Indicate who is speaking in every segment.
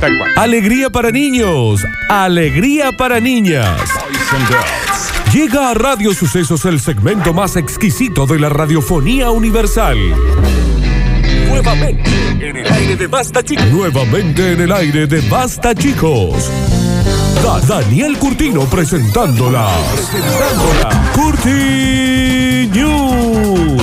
Speaker 1: Tal cual.
Speaker 2: Alegría para niños, alegría para niñas. Llega a Radio Sucesos el segmento más exquisito de la radiofonía universal. Nuevamente en el aire de Basta Chicos. Nuevamente en el aire de Basta Chicos. Da- Daniel Curtino presentándola. Presentándola. Curti News.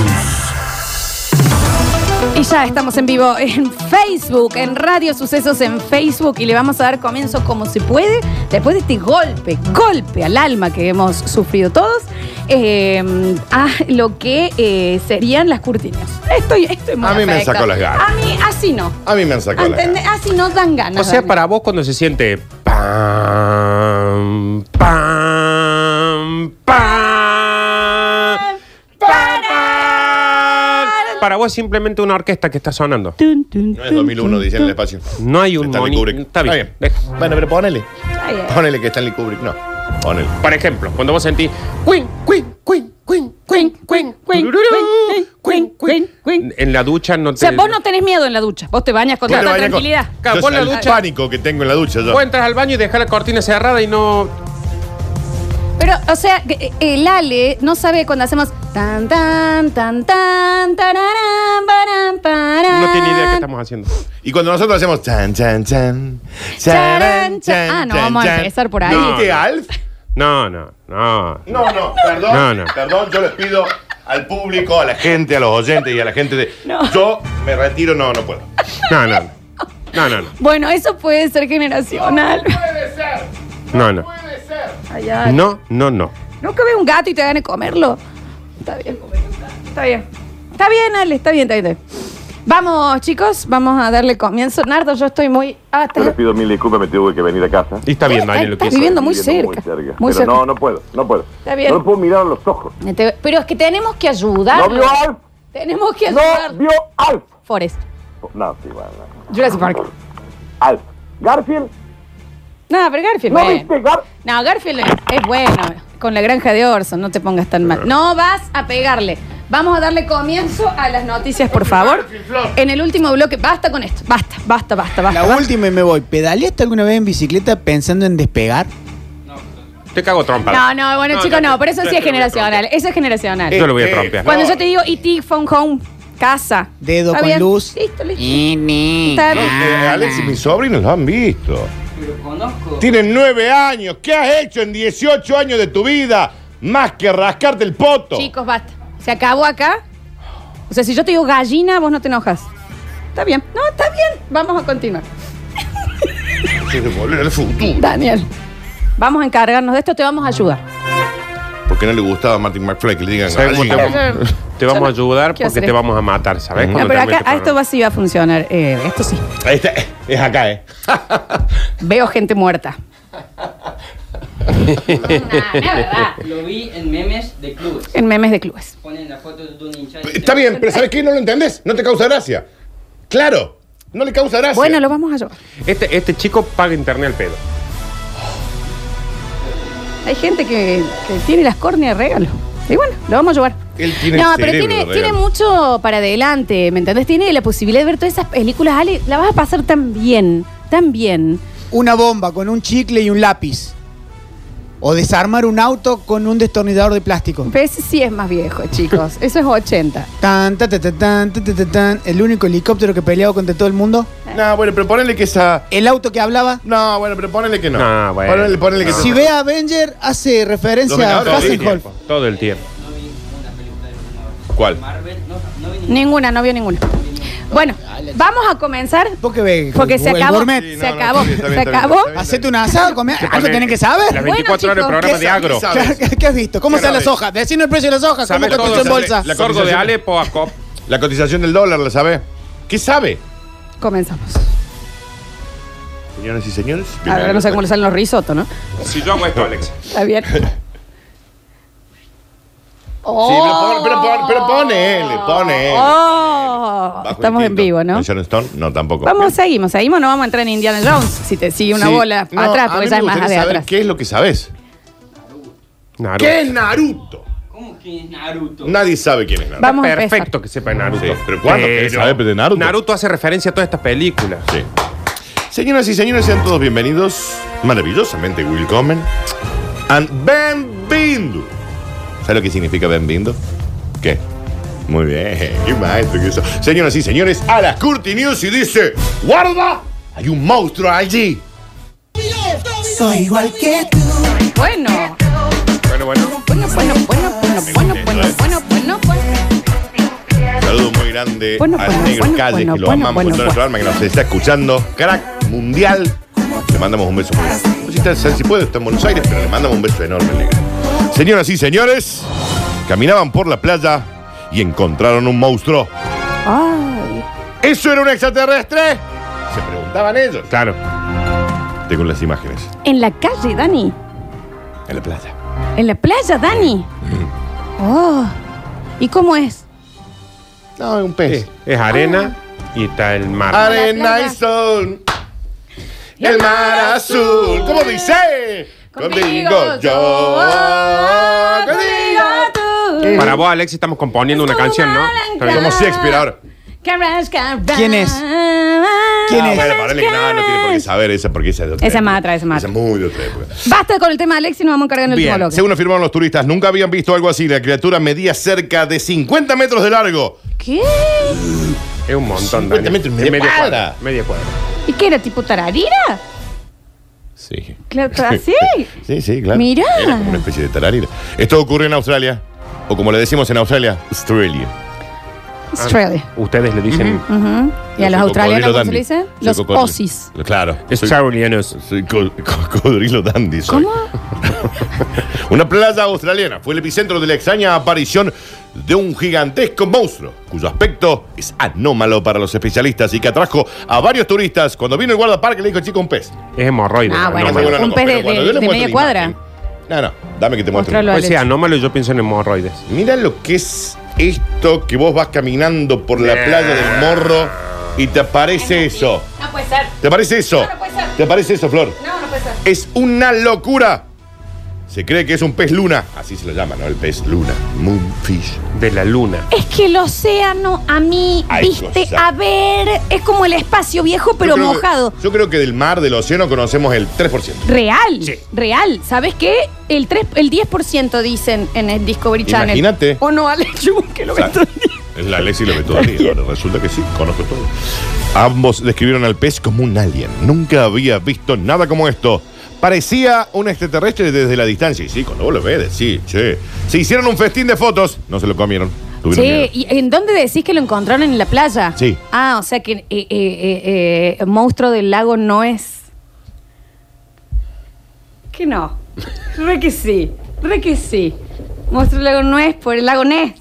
Speaker 3: Y ya estamos en vivo en Facebook, en Radio Sucesos en Facebook y le vamos a dar comienzo como se puede después de este golpe, golpe al alma que hemos sufrido todos eh, a lo que eh, serían las cortinas. Estoy, estoy muy
Speaker 1: A mí me
Speaker 3: afecta.
Speaker 1: sacó las ganas.
Speaker 3: A mí así no.
Speaker 1: A mí me han sacado la
Speaker 3: ¿Entendés?
Speaker 1: gana.
Speaker 3: Así no dan ganas.
Speaker 4: O sea,
Speaker 3: Dani.
Speaker 4: para vos cuando se siente pam, pam, pam, pam, pam, para vos es simplemente una orquesta que está sonando.
Speaker 3: Tun, tun,
Speaker 1: No es 2001, dicen en el espacio.
Speaker 4: No hay un
Speaker 1: Stanley
Speaker 4: moni-
Speaker 1: Kubrick.
Speaker 4: Está bien. Deja.
Speaker 1: Bueno, pero ponele.
Speaker 3: Está bien.
Speaker 1: Ponele que Stanley Kubrick. No. Ponele.
Speaker 4: Por ejemplo, cuando vos sentís queen, queen, queen, queen, queen, queen,
Speaker 3: Queen,
Speaker 4: tururú,
Speaker 3: queen, queen, queen, queen.
Speaker 4: En la ducha no te.
Speaker 3: O sea, vos no tenés miedo en la ducha. Vos te bañas con
Speaker 1: Yo te
Speaker 3: tanta
Speaker 1: bañé con-
Speaker 3: tranquilidad.
Speaker 4: Claro,
Speaker 1: Yo
Speaker 4: pon la
Speaker 1: sé el
Speaker 4: ducha.
Speaker 1: pánico que tengo en la ducha. Yo.
Speaker 4: Vos entras al baño y dejas la cortina cerrada y no.
Speaker 3: Pero, o sea, que, eh, el Ale no sabe cuando hacemos tan tan tan tan tararán, parán, parán.
Speaker 4: No tiene idea qué estamos haciendo.
Speaker 1: Y cuando nosotros hacemos chan, chan, chan.
Speaker 3: Charan, chan. Ah, no, vamos a empezar por ahí.
Speaker 1: ¿Viste, Alf?
Speaker 4: No, no, no.
Speaker 1: No, no, perdón.
Speaker 4: No, no.
Speaker 1: Perdón, yo les pido al público, a la gente, a los oyentes y a la gente de.
Speaker 3: No.
Speaker 1: Yo me retiro, no, no puedo.
Speaker 4: No, no. No, no, no.
Speaker 3: Bueno, eso puede ser generacional.
Speaker 4: No, no.
Speaker 3: Ay, ay.
Speaker 4: No, no, no.
Speaker 3: Nunca ve un gato y te gane comerlo. Está bien. Está bien. Está bien, Ale, está bien, está bien. está bien. Vamos, chicos, vamos a darle comienzo. Nardo, yo estoy muy. Ah, está-
Speaker 5: Yo les pido mil disculpas, me tuve que venir a casa.
Speaker 4: Y está bien,
Speaker 3: Eh,
Speaker 4: Daniel, lo que
Speaker 3: estás
Speaker 4: hizo.
Speaker 3: viviendo muy
Speaker 5: Estoy viviendo
Speaker 3: cerca.
Speaker 5: Pero
Speaker 3: Muy cerca.
Speaker 5: no, no puedo, no puedo.
Speaker 3: Está bien.
Speaker 5: No me puedo mirar a los ojos.
Speaker 3: Te- Pero es que tenemos que ayudar.
Speaker 5: ¡No vio Alf!
Speaker 3: Tenemos que ayudar.
Speaker 5: ¡No vio Alf!
Speaker 3: Forest.
Speaker 5: No, sí, bueno. no.
Speaker 3: Jurassic Park.
Speaker 5: Alf. Garfield,
Speaker 3: Nada, pero Garfield.
Speaker 5: ¿no
Speaker 3: bueno.
Speaker 5: viste Garfield?
Speaker 3: No, Garfield es bueno. Con la granja de Orson, no te pongas tan mal. No vas a pegarle. Vamos a darle comienzo a las noticias, por favor. En el último bloque, basta con esto. Basta, basta, basta, basta.
Speaker 6: La
Speaker 3: basta.
Speaker 6: última y me voy. ¿Pedaleaste alguna vez en bicicleta pensando en despegar?
Speaker 4: Te cago trompa.
Speaker 3: No, no, bueno, chicos, no, pero eso sí es
Speaker 4: que lo voy a
Speaker 3: generacional. Eso es generacional.
Speaker 4: Yo lo voy a
Speaker 1: Eh,
Speaker 4: trompear.
Speaker 3: Cuando yo te digo IT, phone home, casa.
Speaker 6: Dedo
Speaker 3: ¿Está
Speaker 6: con
Speaker 3: bien?
Speaker 6: luz.
Speaker 3: Listo, listo.
Speaker 6: Ni, ni.
Speaker 3: Está
Speaker 1: No,
Speaker 3: bien.
Speaker 1: eh, Alex y mis sobrinos lo han visto. Tienen nueve años. ¿Qué has hecho en 18 años de tu vida? Más que rascarte el poto.
Speaker 3: Chicos, basta. Se acabó acá. O sea, si yo te digo gallina, vos no te enojas. Está bien. No, está bien. Vamos a continuar.
Speaker 1: Quiero volver al futuro.
Speaker 3: Daniel, vamos a encargarnos de esto, te vamos a ayudar.
Speaker 1: Porque no le gustaba a Martin McFly que le digan
Speaker 4: ¿Sabes cómo te
Speaker 1: gallina?
Speaker 4: vamos? Te vamos a
Speaker 3: quiero
Speaker 4: ayudar porque
Speaker 3: hacer
Speaker 4: te
Speaker 3: esto.
Speaker 4: vamos a matar, ¿sabes?
Speaker 3: No,
Speaker 4: Cuando
Speaker 3: pero
Speaker 4: termine
Speaker 3: acá a
Speaker 4: este
Speaker 3: esto va sí va a funcionar. eh, esto sí.
Speaker 1: Ahí está, eh, es acá, ¿eh?
Speaker 3: Veo gente muerta.
Speaker 7: Lo vi en memes de clubes.
Speaker 3: En memes de clubes.
Speaker 7: Ponen la foto de un hincha. y dicen,
Speaker 1: Está bien, pero ¿sabes qué? No lo entendés. No te causa gracia. Claro, no le causa gracia.
Speaker 3: Bueno, lo vamos a ayudar.
Speaker 4: programa. Este, este chico paga internet al pedo.
Speaker 3: Hay gente que, que tiene las córneas de regalo. Y bueno, lo vamos a ayudar.
Speaker 1: Él tiene
Speaker 3: no,
Speaker 1: el
Speaker 3: pero
Speaker 1: cerebro
Speaker 3: tiene,
Speaker 1: de
Speaker 3: tiene
Speaker 1: regalo.
Speaker 3: mucho para adelante, ¿me entendés? Tiene la posibilidad de ver todas esas películas, Ale, la vas a pasar tan bien, tan bien.
Speaker 6: Una bomba con un chicle y un lápiz. O desarmar un auto con un destornillador de plástico.
Speaker 3: Pero ese sí es más viejo, chicos. Eso es 80.
Speaker 6: Tan, ta, ta, ta, tan, ta, ta, ta, tan. El único helicóptero que peleaba contra todo el mundo.
Speaker 1: No, bueno, pero ponele que esa.
Speaker 6: El auto que hablaba.
Speaker 1: No, bueno, pero ponele que no.
Speaker 4: No, bueno.
Speaker 1: Ponele, ponele que
Speaker 6: Si ve a Avenger, hace referencia
Speaker 1: Dominador,
Speaker 6: a
Speaker 4: Todo el
Speaker 1: Hasselhoff.
Speaker 6: Hasselhoff.
Speaker 4: tiempo. Todo el tiempo.
Speaker 7: No vi una película de una
Speaker 1: ¿Cuál?
Speaker 7: Marvel. No, no vi ninguna.
Speaker 3: Ninguna, no vio ninguna. Bueno, vamos a comenzar
Speaker 6: ¿Por qué ve?
Speaker 3: porque se
Speaker 6: el
Speaker 3: acabó.
Speaker 6: gourmet?
Speaker 1: Sí, no,
Speaker 3: Se
Speaker 1: no,
Speaker 3: acabó.
Speaker 1: está bien, está
Speaker 3: Se
Speaker 1: bien, está bien,
Speaker 3: acabó.
Speaker 1: está bien.
Speaker 6: Hacete un asado, comer. Algo Ah, tenés que saber.
Speaker 4: Las
Speaker 3: Bueno,
Speaker 4: 24 horas
Speaker 3: chicos.
Speaker 4: de programa de
Speaker 6: ¿Qué
Speaker 4: agro.
Speaker 1: sabes?
Speaker 6: Claro, ¿Qué, qué has visto? ¿Cómo
Speaker 1: ¿Qué
Speaker 6: están las
Speaker 1: sabes?
Speaker 6: hojas? Decime el precio de las hojas. ¿Cómo
Speaker 4: ¿Sabes
Speaker 6: está
Speaker 4: todo?
Speaker 6: costó en bolsa?
Speaker 4: La Sordo de
Speaker 1: cotización.
Speaker 4: Alepo a Cop.
Speaker 1: La cotización del dólar, ¿la sabe? ¿Qué sabe?
Speaker 3: Comenzamos.
Speaker 1: Señoras y señores.
Speaker 3: A ver, no sé cómo le salen los risotos, ¿no?
Speaker 4: Si yo hago esto, Alex.
Speaker 3: Está bien.
Speaker 1: Sí, pero, pon- pero, pon- pero ponele, ponele.
Speaker 3: Oh,
Speaker 1: Bajo
Speaker 3: estamos en
Speaker 1: instinto.
Speaker 3: vivo, ¿no?
Speaker 1: ¿Con Sharon Stone? No, tampoco.
Speaker 3: Vamos, seguimos, seguimos, no vamos a entrar en Indiana Jones si te sigue una
Speaker 1: Sí.
Speaker 3: bola
Speaker 1: No,
Speaker 3: atrás,
Speaker 1: a
Speaker 3: porque
Speaker 1: mí
Speaker 3: ya
Speaker 1: me
Speaker 3: es más de
Speaker 1: gustaría saber
Speaker 3: atrás.
Speaker 1: ¿Qué es lo que sabes?
Speaker 4: Naruto.
Speaker 1: ¿Qué es Naruto?
Speaker 7: ¿Cómo que es Naruto?
Speaker 1: Nadie sabe quién es Naruto.
Speaker 3: Vamos a empezar.
Speaker 4: Perfecto que sepa Naruto.
Speaker 1: Sí, pero ¿cuándo querés saber de Naruto?
Speaker 4: Naruto hace referencia a todas estas películas.
Speaker 1: Sí. Señoras y señores, sean todos bienvenidos, maravillosamente willkommen, and bienvenido. ¿Sabe lo que significa bienvenido? ¿Qué? Muy bien, qué maestro que eso. Señoras y señores, a las Curti News y dice, guarda, hay un monstruo allí.
Speaker 3: Bueno.
Speaker 1: Bueno, bueno,
Speaker 3: Bueno, bueno, bueno, bueno, bueno, bueno, bueno, bueno, bueno.
Speaker 1: saludo muy grande
Speaker 3: Bueno,
Speaker 1: al
Speaker 3: bueno,
Speaker 1: negro
Speaker 3: bueno,
Speaker 1: Calle,
Speaker 3: bueno,
Speaker 1: que lo
Speaker 3: bueno,
Speaker 1: amamos
Speaker 3: bueno,
Speaker 1: con toda nuestra alma, que nos está escuchando. Crack mundial. Le mandamos un beso muy grande. No sé Si, está- si puede, está en Buenos Aires, pero le mandamos un beso enorme al negro. Señoras y señores, caminaban por la playa y encontraron un monstruo.
Speaker 3: Ay.
Speaker 1: ¿Eso era un extraterrestre? Se preguntaban ellos.
Speaker 4: Claro.
Speaker 1: Tengo las imágenes.
Speaker 3: En la calle, Dani.
Speaker 1: En la playa.
Speaker 3: En la playa, Dani.
Speaker 1: Mm.
Speaker 3: Oh. ¿Y cómo es?
Speaker 1: No, es un pez.
Speaker 4: Es, es arena
Speaker 3: Ah.
Speaker 4: y está el mar.
Speaker 1: Arena
Speaker 3: playa.
Speaker 1: y sol. El mar azul. ¿Cómo dice? Contigo
Speaker 6: Eh.
Speaker 3: tú.
Speaker 4: Para vos, Alex, estamos componiendo una canción, ¿no? Está bien.
Speaker 1: Como Shakespeare ahora.
Speaker 6: ¿Quién es? ¿Quién
Speaker 1: Ah,
Speaker 6: es?
Speaker 1: bueno, parale que no, no tiene por qué saber esa, porque esa es de
Speaker 3: Esa
Speaker 1: otra
Speaker 3: es
Speaker 1: época.
Speaker 3: más atrás, esa es más
Speaker 1: Esa es muy de otra época.
Speaker 3: Basta con el tema de Alex y nos vamos a cargar en el último
Speaker 1: Bien,
Speaker 3: bloque.
Speaker 1: según afirmaron los turistas, nunca habían visto algo así. La criatura medía cerca de 50 metros de largo.
Speaker 3: ¿Qué?
Speaker 4: Es un montón, Dani.
Speaker 1: 50 metros, media
Speaker 4: Es media
Speaker 1: cuadra.
Speaker 4: cuadra. Media cuadra.
Speaker 3: ¿Y qué era? ¿Tipo tararira?
Speaker 1: Sí.
Speaker 3: Claro, así.
Speaker 1: Sí, sí, claro.
Speaker 3: ¿Ah, Mirá.
Speaker 1: Era como una especie de tararira. Esto ocurrió en Australia, o como le decimos en Australia, Australia.
Speaker 3: Australia.
Speaker 4: Ustedes le dicen
Speaker 3: ¿Y a los
Speaker 1: Ah. Soy
Speaker 3: australianos cómo
Speaker 1: cocodrilo
Speaker 3: se le
Speaker 1: dandy.
Speaker 3: dice?
Speaker 1: Soy
Speaker 3: Los
Speaker 1: cocodrilo.
Speaker 3: osis.
Speaker 1: Claro. Soy-
Speaker 4: australianos.
Speaker 1: Soy co- cocodrilo dandy. soy.
Speaker 3: ¿Cómo?
Speaker 1: Una playa australiana fue el epicentro de la extraña aparición de un gigantesco monstruo, cuyo aspecto es anómalo para los especialistas y que atrajo a varios turistas. Cuando vino el guardaparque le dijo, chico, un pez.
Speaker 4: Es hemorroide.
Speaker 3: Ah,
Speaker 4: Dani.
Speaker 3: bueno,
Speaker 1: No,
Speaker 4: Anómalo.
Speaker 1: bueno,
Speaker 3: un
Speaker 1: no,
Speaker 3: pez
Speaker 1: pero
Speaker 3: de-
Speaker 1: cuando
Speaker 3: de-
Speaker 1: yo le
Speaker 3: de
Speaker 1: muestro
Speaker 3: media
Speaker 1: la
Speaker 3: cuadra.
Speaker 1: imagen- No, no, dame que te muestre.
Speaker 3: Mostralo.
Speaker 4: Puede ser anómalo, yo pienso en hemorroides.
Speaker 1: Mira lo que es esto que vos vas caminando por la playa del morro y te aparece eso.
Speaker 3: No puede ser.
Speaker 1: ¿Te parece eso?
Speaker 3: No, no puede ser.
Speaker 1: ¿Te parece eso, Flor?
Speaker 3: No, no puede ser.
Speaker 1: Es una locura. Se cree que es un pez luna. Así se lo llama, ¿no? El pez luna. Moonfish.
Speaker 4: De la luna.
Speaker 3: Es que el océano a mí,
Speaker 1: Ay,
Speaker 3: viste,
Speaker 1: cosa.
Speaker 3: a ver, es como el espacio viejo pero
Speaker 1: Yo creo que-
Speaker 3: mojado.
Speaker 1: yo creo que del mar, del océano, conocemos el 3%.
Speaker 3: Real,
Speaker 4: Sí.
Speaker 3: real. ¿Sabes qué? El, 3, el 10% dicen en el Discovery Channel.
Speaker 1: Imagínate.
Speaker 3: O no, Alex, yo que lo
Speaker 1: O sea,
Speaker 3: veo todo el día.
Speaker 1: Es la Lexi lo ve todo el día. Ahora resulta que sí, conozco todo. Ambos describieron al pez como un alien. Nunca había visto nada como esto. Parecía un extraterrestre desde la distancia. Y sí, cuando vos lo ves, sí, che. Se hicieron un festín de fotos. No se lo comieron. Tuvieron miedo.
Speaker 3: Che, ¿y en dónde decís que lo encontraron en la playa?
Speaker 1: Sí.
Speaker 3: Ah, o sea que eh, eh, eh, eh, monstruo del lago no es. Que no. Re que sí, re que sí. Monstruo del lago no es por el lago Ness.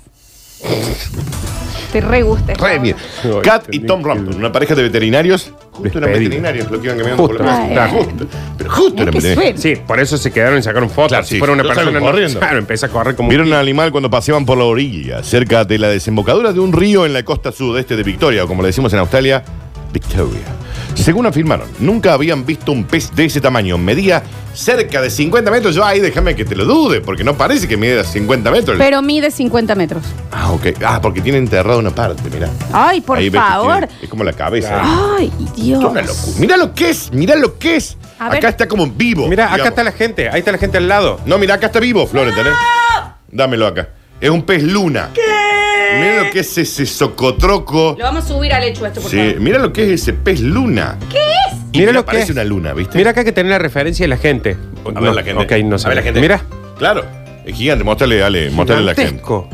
Speaker 3: Te re gusta. esta
Speaker 1: Re
Speaker 3: obra.
Speaker 1: bien.
Speaker 4: Ay,
Speaker 1: Cat y
Speaker 4: entendí
Speaker 1: Tom
Speaker 4: que-
Speaker 1: Rampton, una pareja de veterinarios. Justo eran
Speaker 4: Despedido.
Speaker 1: veterinarios, lo que iban caminando por la
Speaker 3: Justo.
Speaker 1: plaza.
Speaker 3: Ah, eh.
Speaker 1: Justo. Pero justo
Speaker 3: Mirá
Speaker 1: eran
Speaker 3: que
Speaker 1: veterinarios.
Speaker 3: suena.
Speaker 4: Sí, por eso se quedaron y sacaron fotos.
Speaker 1: Claro,
Speaker 4: si
Speaker 1: sí.
Speaker 4: fuera una
Speaker 1: No
Speaker 4: persona
Speaker 1: salen
Speaker 4: no-
Speaker 1: corriendo.
Speaker 4: Claro, empieza a correr como
Speaker 1: Vieron al animal cuando paseaban por la orilla, cerca de la desembocadura de un río en la costa sudeste de Victoria, o como le decimos en Australia, Victoria. Según afirmaron, nunca habían visto un pez de ese tamaño. Medía cerca de 50 metros. Yo ahí déjame que te lo dude, porque no parece que mida 50 metros.
Speaker 3: Pero mide 50 metros.
Speaker 1: Ah, ok. Ah, porque tiene enterrado una parte, mirá.
Speaker 3: Ay, por
Speaker 1: Ahí ves que
Speaker 3: favor. Ah.
Speaker 1: tiene- es como la cabeza.
Speaker 3: Ay, Dios.
Speaker 1: Es una locura. Mirá lo que es, mirá lo que es.
Speaker 3: A
Speaker 1: acá
Speaker 3: ver.
Speaker 1: está como en vivo.
Speaker 4: Mira, acá
Speaker 1: digamos.
Speaker 4: está la gente. Ahí está la gente al lado.
Speaker 1: No, mirá, acá está vivo, Flor, ¿entendés? Dámelo acá. Es un pez luna. ¿Qué? Mirá lo que es ese socotroco.
Speaker 3: Lo vamos a subir al hecho esto, por
Speaker 1: Sí,
Speaker 3: favor.
Speaker 1: mira lo que es ese pez luna. ¿Qué es?
Speaker 4: Mirá
Speaker 1: Mira
Speaker 4: lo
Speaker 1: lo
Speaker 4: que
Speaker 1: parece
Speaker 4: es.
Speaker 1: una luna, ¿viste?
Speaker 4: Mira acá que tener la referencia de la gente.
Speaker 1: a ver
Speaker 4: No,
Speaker 1: la gente.
Speaker 4: Ok, no sé.
Speaker 1: A ver la gente.
Speaker 4: Mira.
Speaker 1: Claro. Es gigante, mostrale, Ale, mostrale a la gente.
Speaker 4: Gigantesco.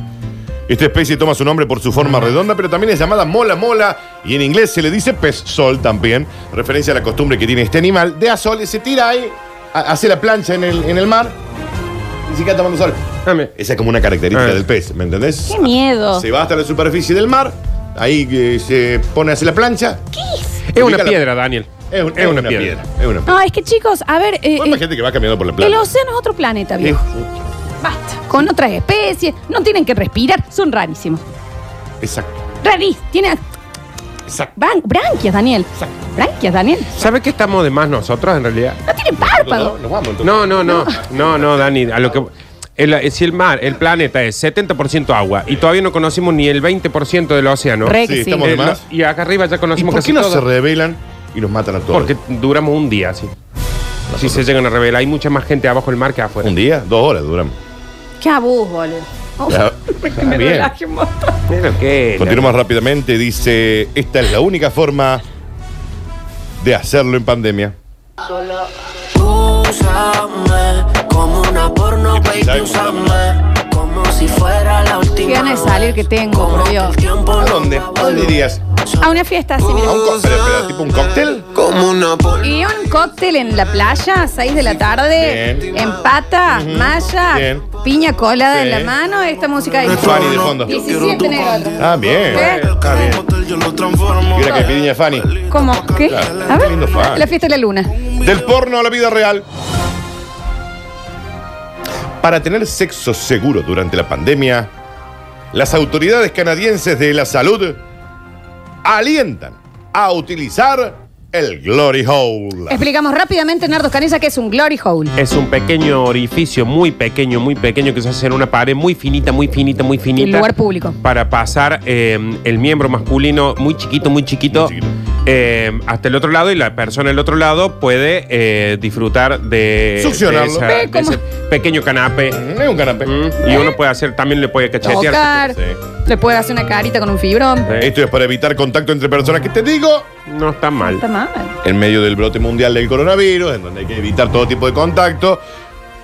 Speaker 1: Esta especie toma su nombre por su forma redonda, pero también es llamada mola mola y en inglés se le dice pez sol también, referencia a la costumbre que tiene este animal de a sol y se tira ahí, a- hace la plancha en el, en el mar y se queda tomando sol.
Speaker 4: Dame.
Speaker 1: Esa es como una característica
Speaker 4: Eh.
Speaker 1: del pez, ¿me entendés?
Speaker 3: Qué miedo.
Speaker 1: Se va hasta la superficie del mar, ahí eh, se pone hacia la plancha.
Speaker 4: Es una
Speaker 1: Ubica la-
Speaker 4: piedra, Daniel.
Speaker 1: Es, un- es una piedra. Es una piedra.
Speaker 3: No, es que chicos, a ver, eh,
Speaker 1: Vos
Speaker 3: eh,
Speaker 1: imaginate que va caminando por la
Speaker 3: el
Speaker 1: playa.
Speaker 3: océano es otro planeta,
Speaker 1: Es
Speaker 3: viejo. Basta. Con otras especies, no tienen que respirar, son rarísimos.
Speaker 1: Exacto.
Speaker 3: Rarís, tienen
Speaker 1: Exacto.
Speaker 3: bran- branquias, Daniel. Branquias, Daniel.
Speaker 4: ¿Sabe qué estamos de más nosotros en realidad?
Speaker 3: No tienen párpado.
Speaker 1: Nos vamos entonces.
Speaker 4: No, no, no. No, no, Dani. A lo que. el- eh, si el mar, el planeta es 70% agua y todavía no conocimos ni el 20% del océano.
Speaker 3: Re que
Speaker 1: Sí,
Speaker 3: sí.
Speaker 1: estamos de
Speaker 4: Eh,
Speaker 1: más.
Speaker 4: lo- y acá arriba ya
Speaker 1: ¿Y
Speaker 4: conocimos
Speaker 1: por
Speaker 4: casi
Speaker 1: qué no
Speaker 4: todo.
Speaker 1: se revelan y y nos matan a todos.
Speaker 4: Porque duramos un día así. Si se llegan a revelar, hay mucha más gente abajo del mar que afuera.
Speaker 1: Un día, dos horas duramos.
Speaker 3: Qué abuso, boludo. Uf,
Speaker 1: Ya.
Speaker 3: me-
Speaker 1: Está
Speaker 3: me
Speaker 1: bien.
Speaker 3: relaje un montón.
Speaker 4: Pero qué.
Speaker 1: Continuamos rápidamente. Dice: Esta es la única forma de hacerlo en pandemia.
Speaker 8: Úsame como una porno, baby, úsame Como si fuera la última
Speaker 3: Qué ganas de salir que tengo, por Dios.
Speaker 1: ¿A dónde? ¿A dónde irías?
Speaker 3: A una fiesta así,
Speaker 1: ¿A
Speaker 3: mira.
Speaker 1: un cóctel? ¿Pero tipo un cóctel?
Speaker 8: Como una porno
Speaker 3: Y un cóctel en la playa, 6 de la tarde,
Speaker 1: Bien.
Speaker 3: en pata, malla,
Speaker 1: Bien.
Speaker 3: piña colada en la
Speaker 1: Sí.
Speaker 3: mano, esta música de
Speaker 1: Fanny de fondo.
Speaker 3: 17 negros.
Speaker 1: Ah, bien.
Speaker 3: ¿Qué?
Speaker 1: Está bien.
Speaker 8: yo lo transformo
Speaker 1: Mira que pidiña Fanny.
Speaker 3: ¿Cómo? ¿Qué?
Speaker 1: Claro,
Speaker 3: A
Speaker 1: qué lindo
Speaker 3: ver,
Speaker 1: fan.
Speaker 3: la fiesta de la luna.
Speaker 1: Del porno a la vida real. Para tener sexo seguro durante la pandemia, las autoridades canadienses de la salud alientan a utilizar el glory hole.
Speaker 3: Explicamos rápidamente, Nardo Canesa, que es un glory hole.
Speaker 4: Es un pequeño orificio, muy pequeño, muy pequeño, que se hace en una pared muy finita, muy finita, muy finita.
Speaker 3: El lugar público.
Speaker 4: Para pasar eh, el miembro masculino muy chiquito, muy chiquito,
Speaker 1: Muy chiquito.
Speaker 4: eh, hasta el otro lado y la persona del otro lado puede eh, disfrutar de,
Speaker 1: Succionarlo.
Speaker 4: de esa-
Speaker 3: Ve
Speaker 4: de
Speaker 3: cómo-
Speaker 4: ese pequeño canapé.
Speaker 1: Mm, Es un canapé.
Speaker 4: Mm, Y uno puede hacer, también le puede cachetear.
Speaker 3: Tocar,
Speaker 1: sí.
Speaker 3: le puede hacer una carita con un fibrón.
Speaker 4: Sí.
Speaker 1: Esto es para evitar contacto entre personas que te digo.
Speaker 4: No está mal.
Speaker 3: Está mal.
Speaker 1: En medio del brote mundial del coronavirus, en donde hay que evitar todo tipo de contacto,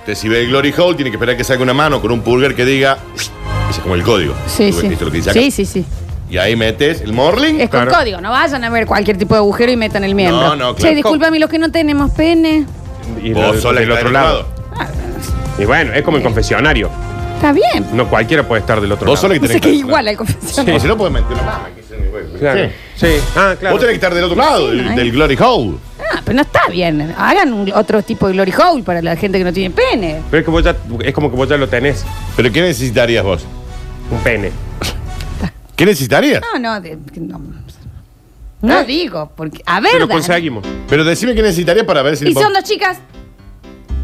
Speaker 1: te si ve el glory hole, tiene que esperar que salga una mano con un pulgar que diga. Ese es como el código.
Speaker 3: Sí,
Speaker 1: ¿Viste
Speaker 3: sí.
Speaker 1: lo que dice acá?
Speaker 3: Sí, sí, sí.
Speaker 1: Y ahí metes el morling.
Speaker 3: Es con
Speaker 4: Claro.
Speaker 3: código, no vayan a ver cualquier tipo de agujero y metan el miembro.
Speaker 1: No, no, claro.
Speaker 3: Che, discúlpame, los que no tenemos pene. Ah,
Speaker 4: Y
Speaker 1: Vos
Speaker 4: lo-
Speaker 1: sola
Speaker 4: del
Speaker 1: que
Speaker 4: otro
Speaker 1: estás del
Speaker 4: lado. Y bueno, es como el confesionario.
Speaker 3: Está bien.
Speaker 4: No cualquiera puede estar del otro
Speaker 1: Vos
Speaker 4: lado.
Speaker 1: sola que
Speaker 3: No
Speaker 1: tenés
Speaker 3: sé
Speaker 1: que
Speaker 3: que
Speaker 1: estar.
Speaker 3: igual al confesionario.
Speaker 1: Porque si no puedes meter una mama. que se-
Speaker 4: Claro.
Speaker 1: Sí.
Speaker 4: Sí. Ah, claro.
Speaker 1: Vos tenés que estar del otro lado,
Speaker 3: Sí,
Speaker 1: del,
Speaker 3: no,
Speaker 1: del
Speaker 3: eh.
Speaker 1: glory hole.
Speaker 3: Ah, pero no está bien. Hagan un- otro tipo de glory hole para la gente que no tiene pene.
Speaker 4: Pero es, que vos ya, es como que vos ya lo tenés.
Speaker 1: Pero ¿qué necesitarías vos?
Speaker 4: Un pene.
Speaker 1: ¿Qué necesitarías?
Speaker 3: No, no, de- no. No digo, porque. A ver,
Speaker 4: ¿Eh? Pero lo
Speaker 3: Dani.
Speaker 4: conseguimos.
Speaker 1: Pero decime qué necesitarías para ver si
Speaker 3: Y
Speaker 1: le
Speaker 3: son
Speaker 1: pon-
Speaker 3: dos chicas.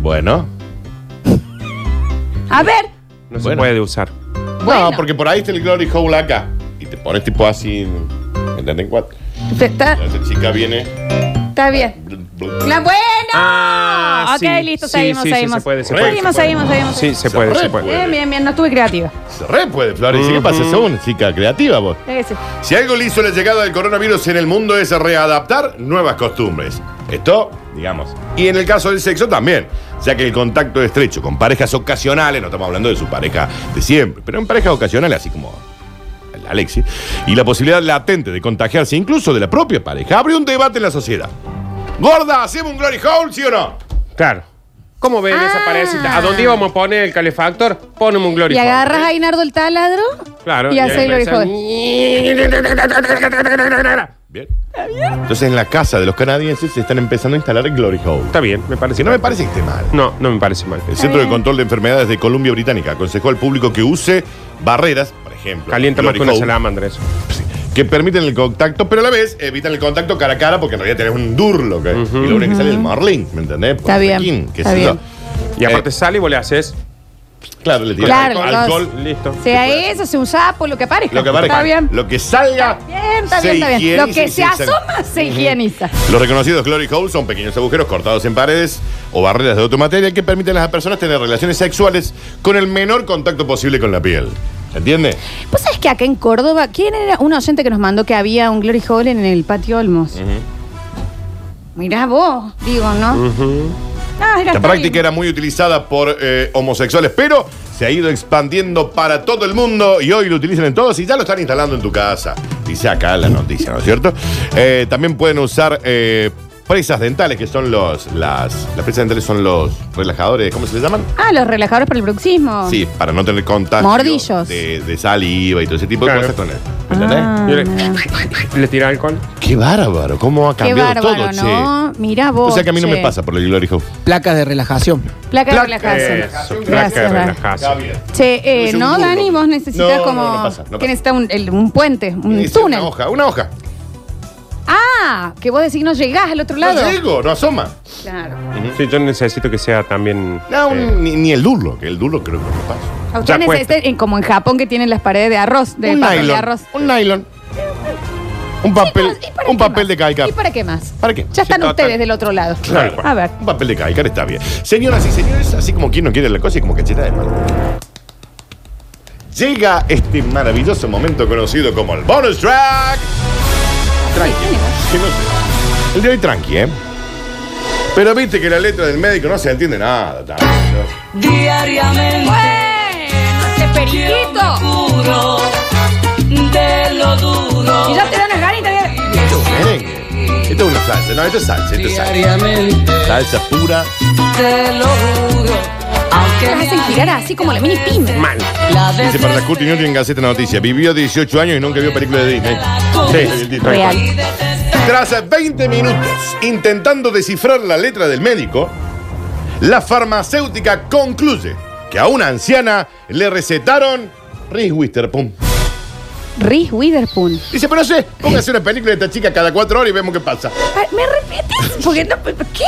Speaker 1: Bueno.
Speaker 3: A ver.
Speaker 4: No se
Speaker 1: Bueno.
Speaker 4: puede usar.
Speaker 3: Bueno.
Speaker 1: No, porque por ahí está el glory hole acá. Y te pones tipo así. ¿Entendés cuatro?
Speaker 3: Está,
Speaker 1: Esa chica viene.
Speaker 3: está bien. La buena.
Speaker 4: Ah,
Speaker 3: ok,
Speaker 4: sí.
Speaker 3: listo,
Speaker 4: Sí,
Speaker 3: seguimos,
Speaker 4: sí, sí,
Speaker 3: seguimos.
Speaker 4: se puede, se
Speaker 1: puede,
Speaker 3: seguimos,
Speaker 1: se puede.
Speaker 3: seguimos, seguimos.
Speaker 4: Sí, se
Speaker 1: Se
Speaker 4: puede,
Speaker 1: re
Speaker 4: se puede.
Speaker 1: puede.
Speaker 3: Bien, bien, bien, no estuve creativa.
Speaker 1: Se re puede, Florencia. ¿Qué pasa? Sos una chica creativa vos.
Speaker 3: Sí, sí.
Speaker 1: Si algo le hizo la llegada del coronavirus en el mundo es readaptar nuevas costumbres. Esto, digamos. Y en el caso del sexo también, ya que el contacto estrecho con parejas ocasionales, no estamos hablando de su pareja de siempre, pero en parejas ocasionales, así como el Alexis, y la posibilidad latente de contagiarse incluso de la propia pareja, abre un debate en la sociedad. Gorda, ¿hacemos un glory hole, sí o no?
Speaker 4: Claro. ¿Cómo ven esa
Speaker 3: Ah.
Speaker 4: parecita? ¿A dónde íbamos a poner el calefactor? Ponemos un glory
Speaker 3: Y
Speaker 4: hole.
Speaker 3: agarras a Inardo el taladro
Speaker 4: Claro.
Speaker 3: y haces glory
Speaker 4: empezás-
Speaker 3: hole.
Speaker 1: Bien. Entonces en la casa de los canadienses se están empezando a instalar glory hole.
Speaker 4: Está bien, me parece.
Speaker 1: Que no me
Speaker 4: mal.
Speaker 1: parece que esté mal.
Speaker 4: No, no me parece mal.
Speaker 1: El Centro de Control de Enfermedades de Columbia Británica aconsejó al público que use barreras, por ejemplo,
Speaker 4: Calienta más
Speaker 1: glory
Speaker 4: que una
Speaker 1: hole,
Speaker 4: salamandra eso.
Speaker 1: que permiten el contacto, pero a la vez evitan el contacto cara a cara porque en realidad tenés un durlo. ¿eh? Y lo único que sale es el marlín, ¿me entendés? Por
Speaker 3: Está bien,
Speaker 1: Pekín, qué
Speaker 3: está
Speaker 1: sé yo.
Speaker 3: bien.
Speaker 4: Y aparte
Speaker 1: Eh.
Speaker 4: sale y vos le haces.
Speaker 1: Claro, le tiras
Speaker 3: Claro,
Speaker 1: alcohol.
Speaker 3: los-
Speaker 4: Listo.
Speaker 3: Sea eso, sea un sapo, lo que aparezca.
Speaker 1: Lo que aparezca.
Speaker 3: Está bien.
Speaker 1: Lo que salga.
Speaker 3: Bien, está
Speaker 1: se
Speaker 3: bien, está bien. Lo
Speaker 1: higieniza
Speaker 3: que
Speaker 1: y
Speaker 3: se asoma se higieniza.
Speaker 1: Los reconocidos glory holes son pequeños agujeros cortados en paredes o barreras de otra materia que permiten a las personas tener relaciones sexuales con el menor contacto posible con la piel. ¿Se entiende?
Speaker 3: Vos sabés que acá en Córdoba, ¿quién era un oyente que nos mandó que había un Glory Hole en el patio Olmos? Mirá vos, digo, ¿no? Ah, era
Speaker 1: La
Speaker 3: está
Speaker 1: práctica
Speaker 3: bien.
Speaker 1: era muy utilizada por eh, homosexuales, pero se ha ido expandiendo para todo el mundo y hoy lo utilizan en todos y ya lo están instalando en tu casa. Dice acá la noticia, ¿no es cierto? Eh, también pueden usar eh, presas dentales, que son los. Las, las presas dentales son los relajadores, ¿cómo se les llaman?
Speaker 3: Ah, los relajadores para el bruxismo.
Speaker 1: Sí, para no tener contacto
Speaker 3: Mordillos.
Speaker 1: De, de saliva y todo ese tipo
Speaker 4: Claro.
Speaker 1: de cosas con él. ¿Me entendés?
Speaker 3: Ah,
Speaker 4: Yo le, le tirás alcohol.
Speaker 1: Qué bárbaro, cómo ha
Speaker 3: qué
Speaker 1: cambiado
Speaker 3: bárbaro,
Speaker 1: todo, che.
Speaker 3: ¿no? Mirá vos.
Speaker 1: O sea que a mí no
Speaker 3: che.
Speaker 1: me pasa por el glory hole.
Speaker 6: Placas de relajación.
Speaker 3: Placa,
Speaker 1: Placa-
Speaker 3: de relajación.
Speaker 4: Eso, placa de
Speaker 3: Gracias, Dani.
Speaker 4: relajación.
Speaker 3: Che, eh,
Speaker 1: Es un
Speaker 3: ¿no,
Speaker 1: burro.
Speaker 3: Dani? Vos necesitas
Speaker 1: No, no,
Speaker 3: como.
Speaker 1: no pasa, no
Speaker 3: que
Speaker 1: pasa.
Speaker 3: necesitas un, el- un puente, un
Speaker 1: Dice,
Speaker 3: túnel.
Speaker 1: Una hoja, una hoja.
Speaker 3: Ah, que vos decís no llegás al otro lado.
Speaker 1: No llego, no asoma.
Speaker 3: Claro.
Speaker 4: Sí, yo necesito que sea también.
Speaker 1: No,
Speaker 4: eh,
Speaker 1: un- ni, ni el duro, que el duro creo que no pasa.
Speaker 3: A ustedes
Speaker 4: Ya cuesta.
Speaker 3: necesitan, en- como en Japón, que tienen las paredes de arroz, de
Speaker 1: un
Speaker 3: papel de
Speaker 1: nylon.
Speaker 3: arroz.
Speaker 1: Un nylon. Un papel,
Speaker 3: ¿Y para
Speaker 1: un
Speaker 3: qué
Speaker 1: papel
Speaker 3: más?
Speaker 1: de calcar.
Speaker 3: ¿Y para qué más?
Speaker 1: ¿Para qué?
Speaker 3: Ya
Speaker 4: Sí,
Speaker 3: están
Speaker 4: total.
Speaker 3: ustedes del otro lado.
Speaker 1: Claro,
Speaker 3: A ver.
Speaker 1: Un papel de calcar está bien. Señoras y señores, así como quien no quiere la cosa y como cacheta de mano. Llega este maravilloso momento conocido como el bonus track. Tranqui. Que no sé. El de hoy tranqui, ¿eh? Pero viste que la letra del médico no se entiende nada. tampoco.
Speaker 9: Diariamente
Speaker 3: Bueno, este periquito.
Speaker 9: juro de lo duro.
Speaker 3: Y ya te dan las ganitas. de-
Speaker 1: Esto es un merengue. Esto es una salsa. No, esto es salsa. Esto es salsa.
Speaker 9: Diariamente
Speaker 1: Salsa pura.
Speaker 9: te lo juro. Aunque
Speaker 3: Las hacen girar así como la mini pyme.
Speaker 1: Mal.
Speaker 9: la
Speaker 1: Dice para la Curti Newton en Gaceta Noticias. Vivió 18 años y nunca vio películas de Disney. Sí, sí,
Speaker 3: Real.
Speaker 1: Tras 20 minutos intentando descifrar la letra del médico, la farmacéutica concluye que a una anciana le recetaron Reese Witherspoon.
Speaker 3: Reese Witherspoon.
Speaker 1: Dice, pero no sé, póngase una película de esta chica cada cuatro horas y vemos qué pasa.
Speaker 3: Pa- ¿Me repites? Porque no. ¿Qué?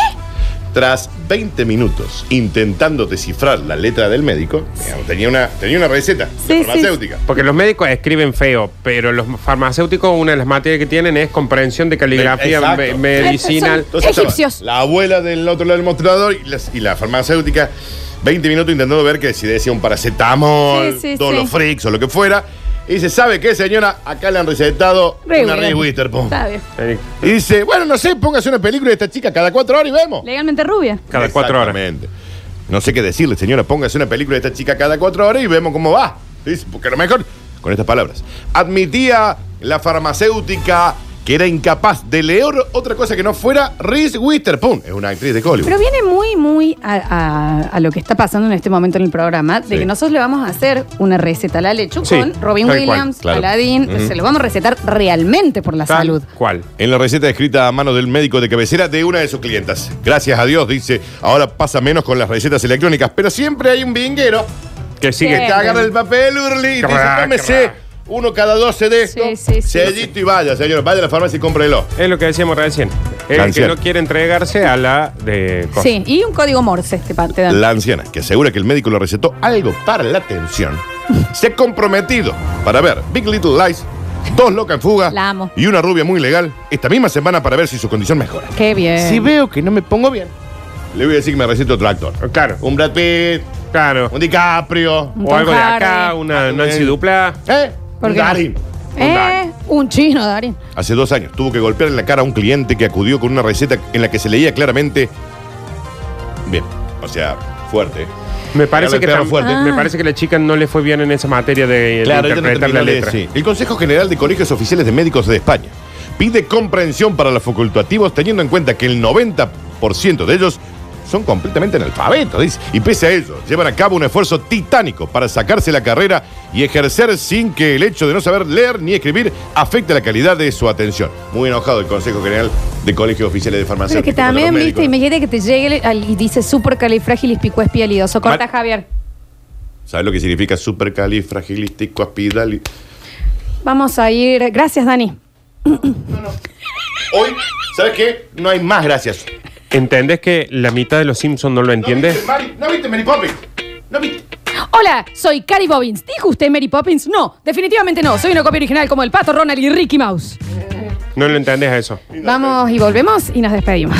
Speaker 1: Tras 20 minutos intentando descifrar la letra del médico, digamos, tenía, una, tenía una receta de
Speaker 3: Sí, sí.
Speaker 1: farmacéutica.
Speaker 4: Porque los médicos escriben feo, pero los farmacéuticos, una de las materias que tienen es comprensión de caligrafía
Speaker 1: Exacto.
Speaker 4: me- medicinal.
Speaker 1: Entonces estaba
Speaker 3: Egipcios.
Speaker 1: La abuela del otro lado del mostrador y, las- y la farmacéutica, 20 minutos intentando ver que si decía un paracetamol,
Speaker 3: Sí, sí,
Speaker 1: Dolofrix o lo que fuera. Y dice, ¿sabe qué, señora? Acá le han recetado
Speaker 3: Reese
Speaker 1: una Reese
Speaker 3: Witherspoon.
Speaker 1: Witherspoon.
Speaker 3: Está bien.
Speaker 4: eh,
Speaker 1: Y dice, bueno, no sé, póngase una película de esta chica cada cuatro horas y vemos.
Speaker 3: Legalmente rubia.
Speaker 4: Cada cuatro horas.
Speaker 1: Exactamente. No sé qué decirle, señora, póngase una película de esta chica cada cuatro horas y vemos cómo va. Dice, porque a lo mejor, con estas palabras, admitía la farmacéutica que era incapaz de leer otra cosa que no fuera Reese Witherspoon. Es una actriz de Hollywood.
Speaker 3: Pero viene muy, muy a, a- a lo que está pasando en este momento en el programa, de
Speaker 1: Sí.
Speaker 3: que nosotros le vamos a hacer una receta al Alechu
Speaker 4: Sí,
Speaker 3: con Robin
Speaker 4: tal cual,
Speaker 3: Williams,
Speaker 1: claro.
Speaker 3: Aladdin, se lo vamos a recetar realmente por la
Speaker 4: Tal
Speaker 3: salud.
Speaker 4: ¿Cuál?
Speaker 1: En la receta escrita a mano del médico de cabecera de una de sus clientas. Gracias a Dios, dice, ahora pasa menos con las recetas electrónicas, pero siempre hay un vinguero
Speaker 4: Que sigue.
Speaker 1: que te agarra el papel, Urli, y te dice,
Speaker 4: Crac,
Speaker 1: tómese
Speaker 4: crac.
Speaker 1: uno cada 12 de esto,
Speaker 3: Sí, sí, sí.
Speaker 1: sellito y vaya, señor, vaya a la farmacia y cómprelo.
Speaker 4: Es lo que decíamos recién. El que
Speaker 1: Cancel.
Speaker 4: no quiere entregarse a la de. cosa.
Speaker 3: Sí, y un código Morse este pa- te dan.
Speaker 1: La anciana, que asegura que el médico le recetó algo para la atención, se ha comprometido para ver Big Little Lies, Dos Locas en Fuga
Speaker 3: La amo.
Speaker 1: y Una Rubia Muy Legal esta misma semana para ver si su condición mejora.
Speaker 3: Qué bien.
Speaker 1: Si veo que no me pongo bien, le voy a decir que me recete otro actor.
Speaker 4: Claro,
Speaker 1: Un Brad Pitt,
Speaker 4: claro.
Speaker 1: un Ah, DiCaprio,
Speaker 3: Un
Speaker 4: O algo de
Speaker 3: Tom
Speaker 4: acá,
Speaker 3: Hardy.
Speaker 4: una
Speaker 1: Hardy.
Speaker 4: Nancy Dupla.
Speaker 1: ¿eh?
Speaker 3: ¿Por
Speaker 1: un
Speaker 3: qué no?
Speaker 1: Darín.
Speaker 3: ¿Eh? Un chino, Darín.
Speaker 1: Hace dos años tuvo que golpear en la cara a un cliente que acudió con una receta en la que se leía claramente. Bien, o sea, fuerte.
Speaker 4: Me parece,
Speaker 1: Era
Speaker 4: que
Speaker 1: el perro
Speaker 4: tam-
Speaker 1: fuerte.
Speaker 4: me parece que la chica no le fue bien en esa materia de, de
Speaker 1: Claro, ella no
Speaker 4: interpretar
Speaker 1: terminó
Speaker 4: la
Speaker 1: de-
Speaker 4: letra.
Speaker 1: sí. El Consejo General de Colegios Oficiales de Médicos de España pide comprensión para los facultativos teniendo en cuenta que el 90% de ellos son completamente analfabetos, dice. Y pese a ello, llevan a cabo un esfuerzo titánico para sacarse la carrera y ejercer sin que el hecho de no saber leer ni escribir afecte la calidad de su atención. Muy enojado el Consejo General de Colegios Oficiales de Farmacia.
Speaker 3: Pero que también, viste, imagínate que te llegue el- al- y dice súper califragilispicuespialidoso. Corta,
Speaker 1: Mal-
Speaker 3: Javier.
Speaker 1: ¿Sabes lo que significa supercalifragilístico, aspidal?
Speaker 3: Vamos a ir. Gracias, Dani.
Speaker 1: Hoy, ¿sabes qué? No hay más gracias.
Speaker 4: ¿Entendés que la mitad de los Simpsons no lo entiende?
Speaker 1: ¿No viste, Mari? ¿No viste Mary Poppins? ¿No viste?
Speaker 3: Hola, soy Cari Bobbins. ¿Dijo usted Mary Poppins? No, definitivamente no. Soy una copia original como el pato Ronald y Ricky Mouse.
Speaker 4: No lo entendés a eso.
Speaker 3: Vamos y volvemos y nos despedimos.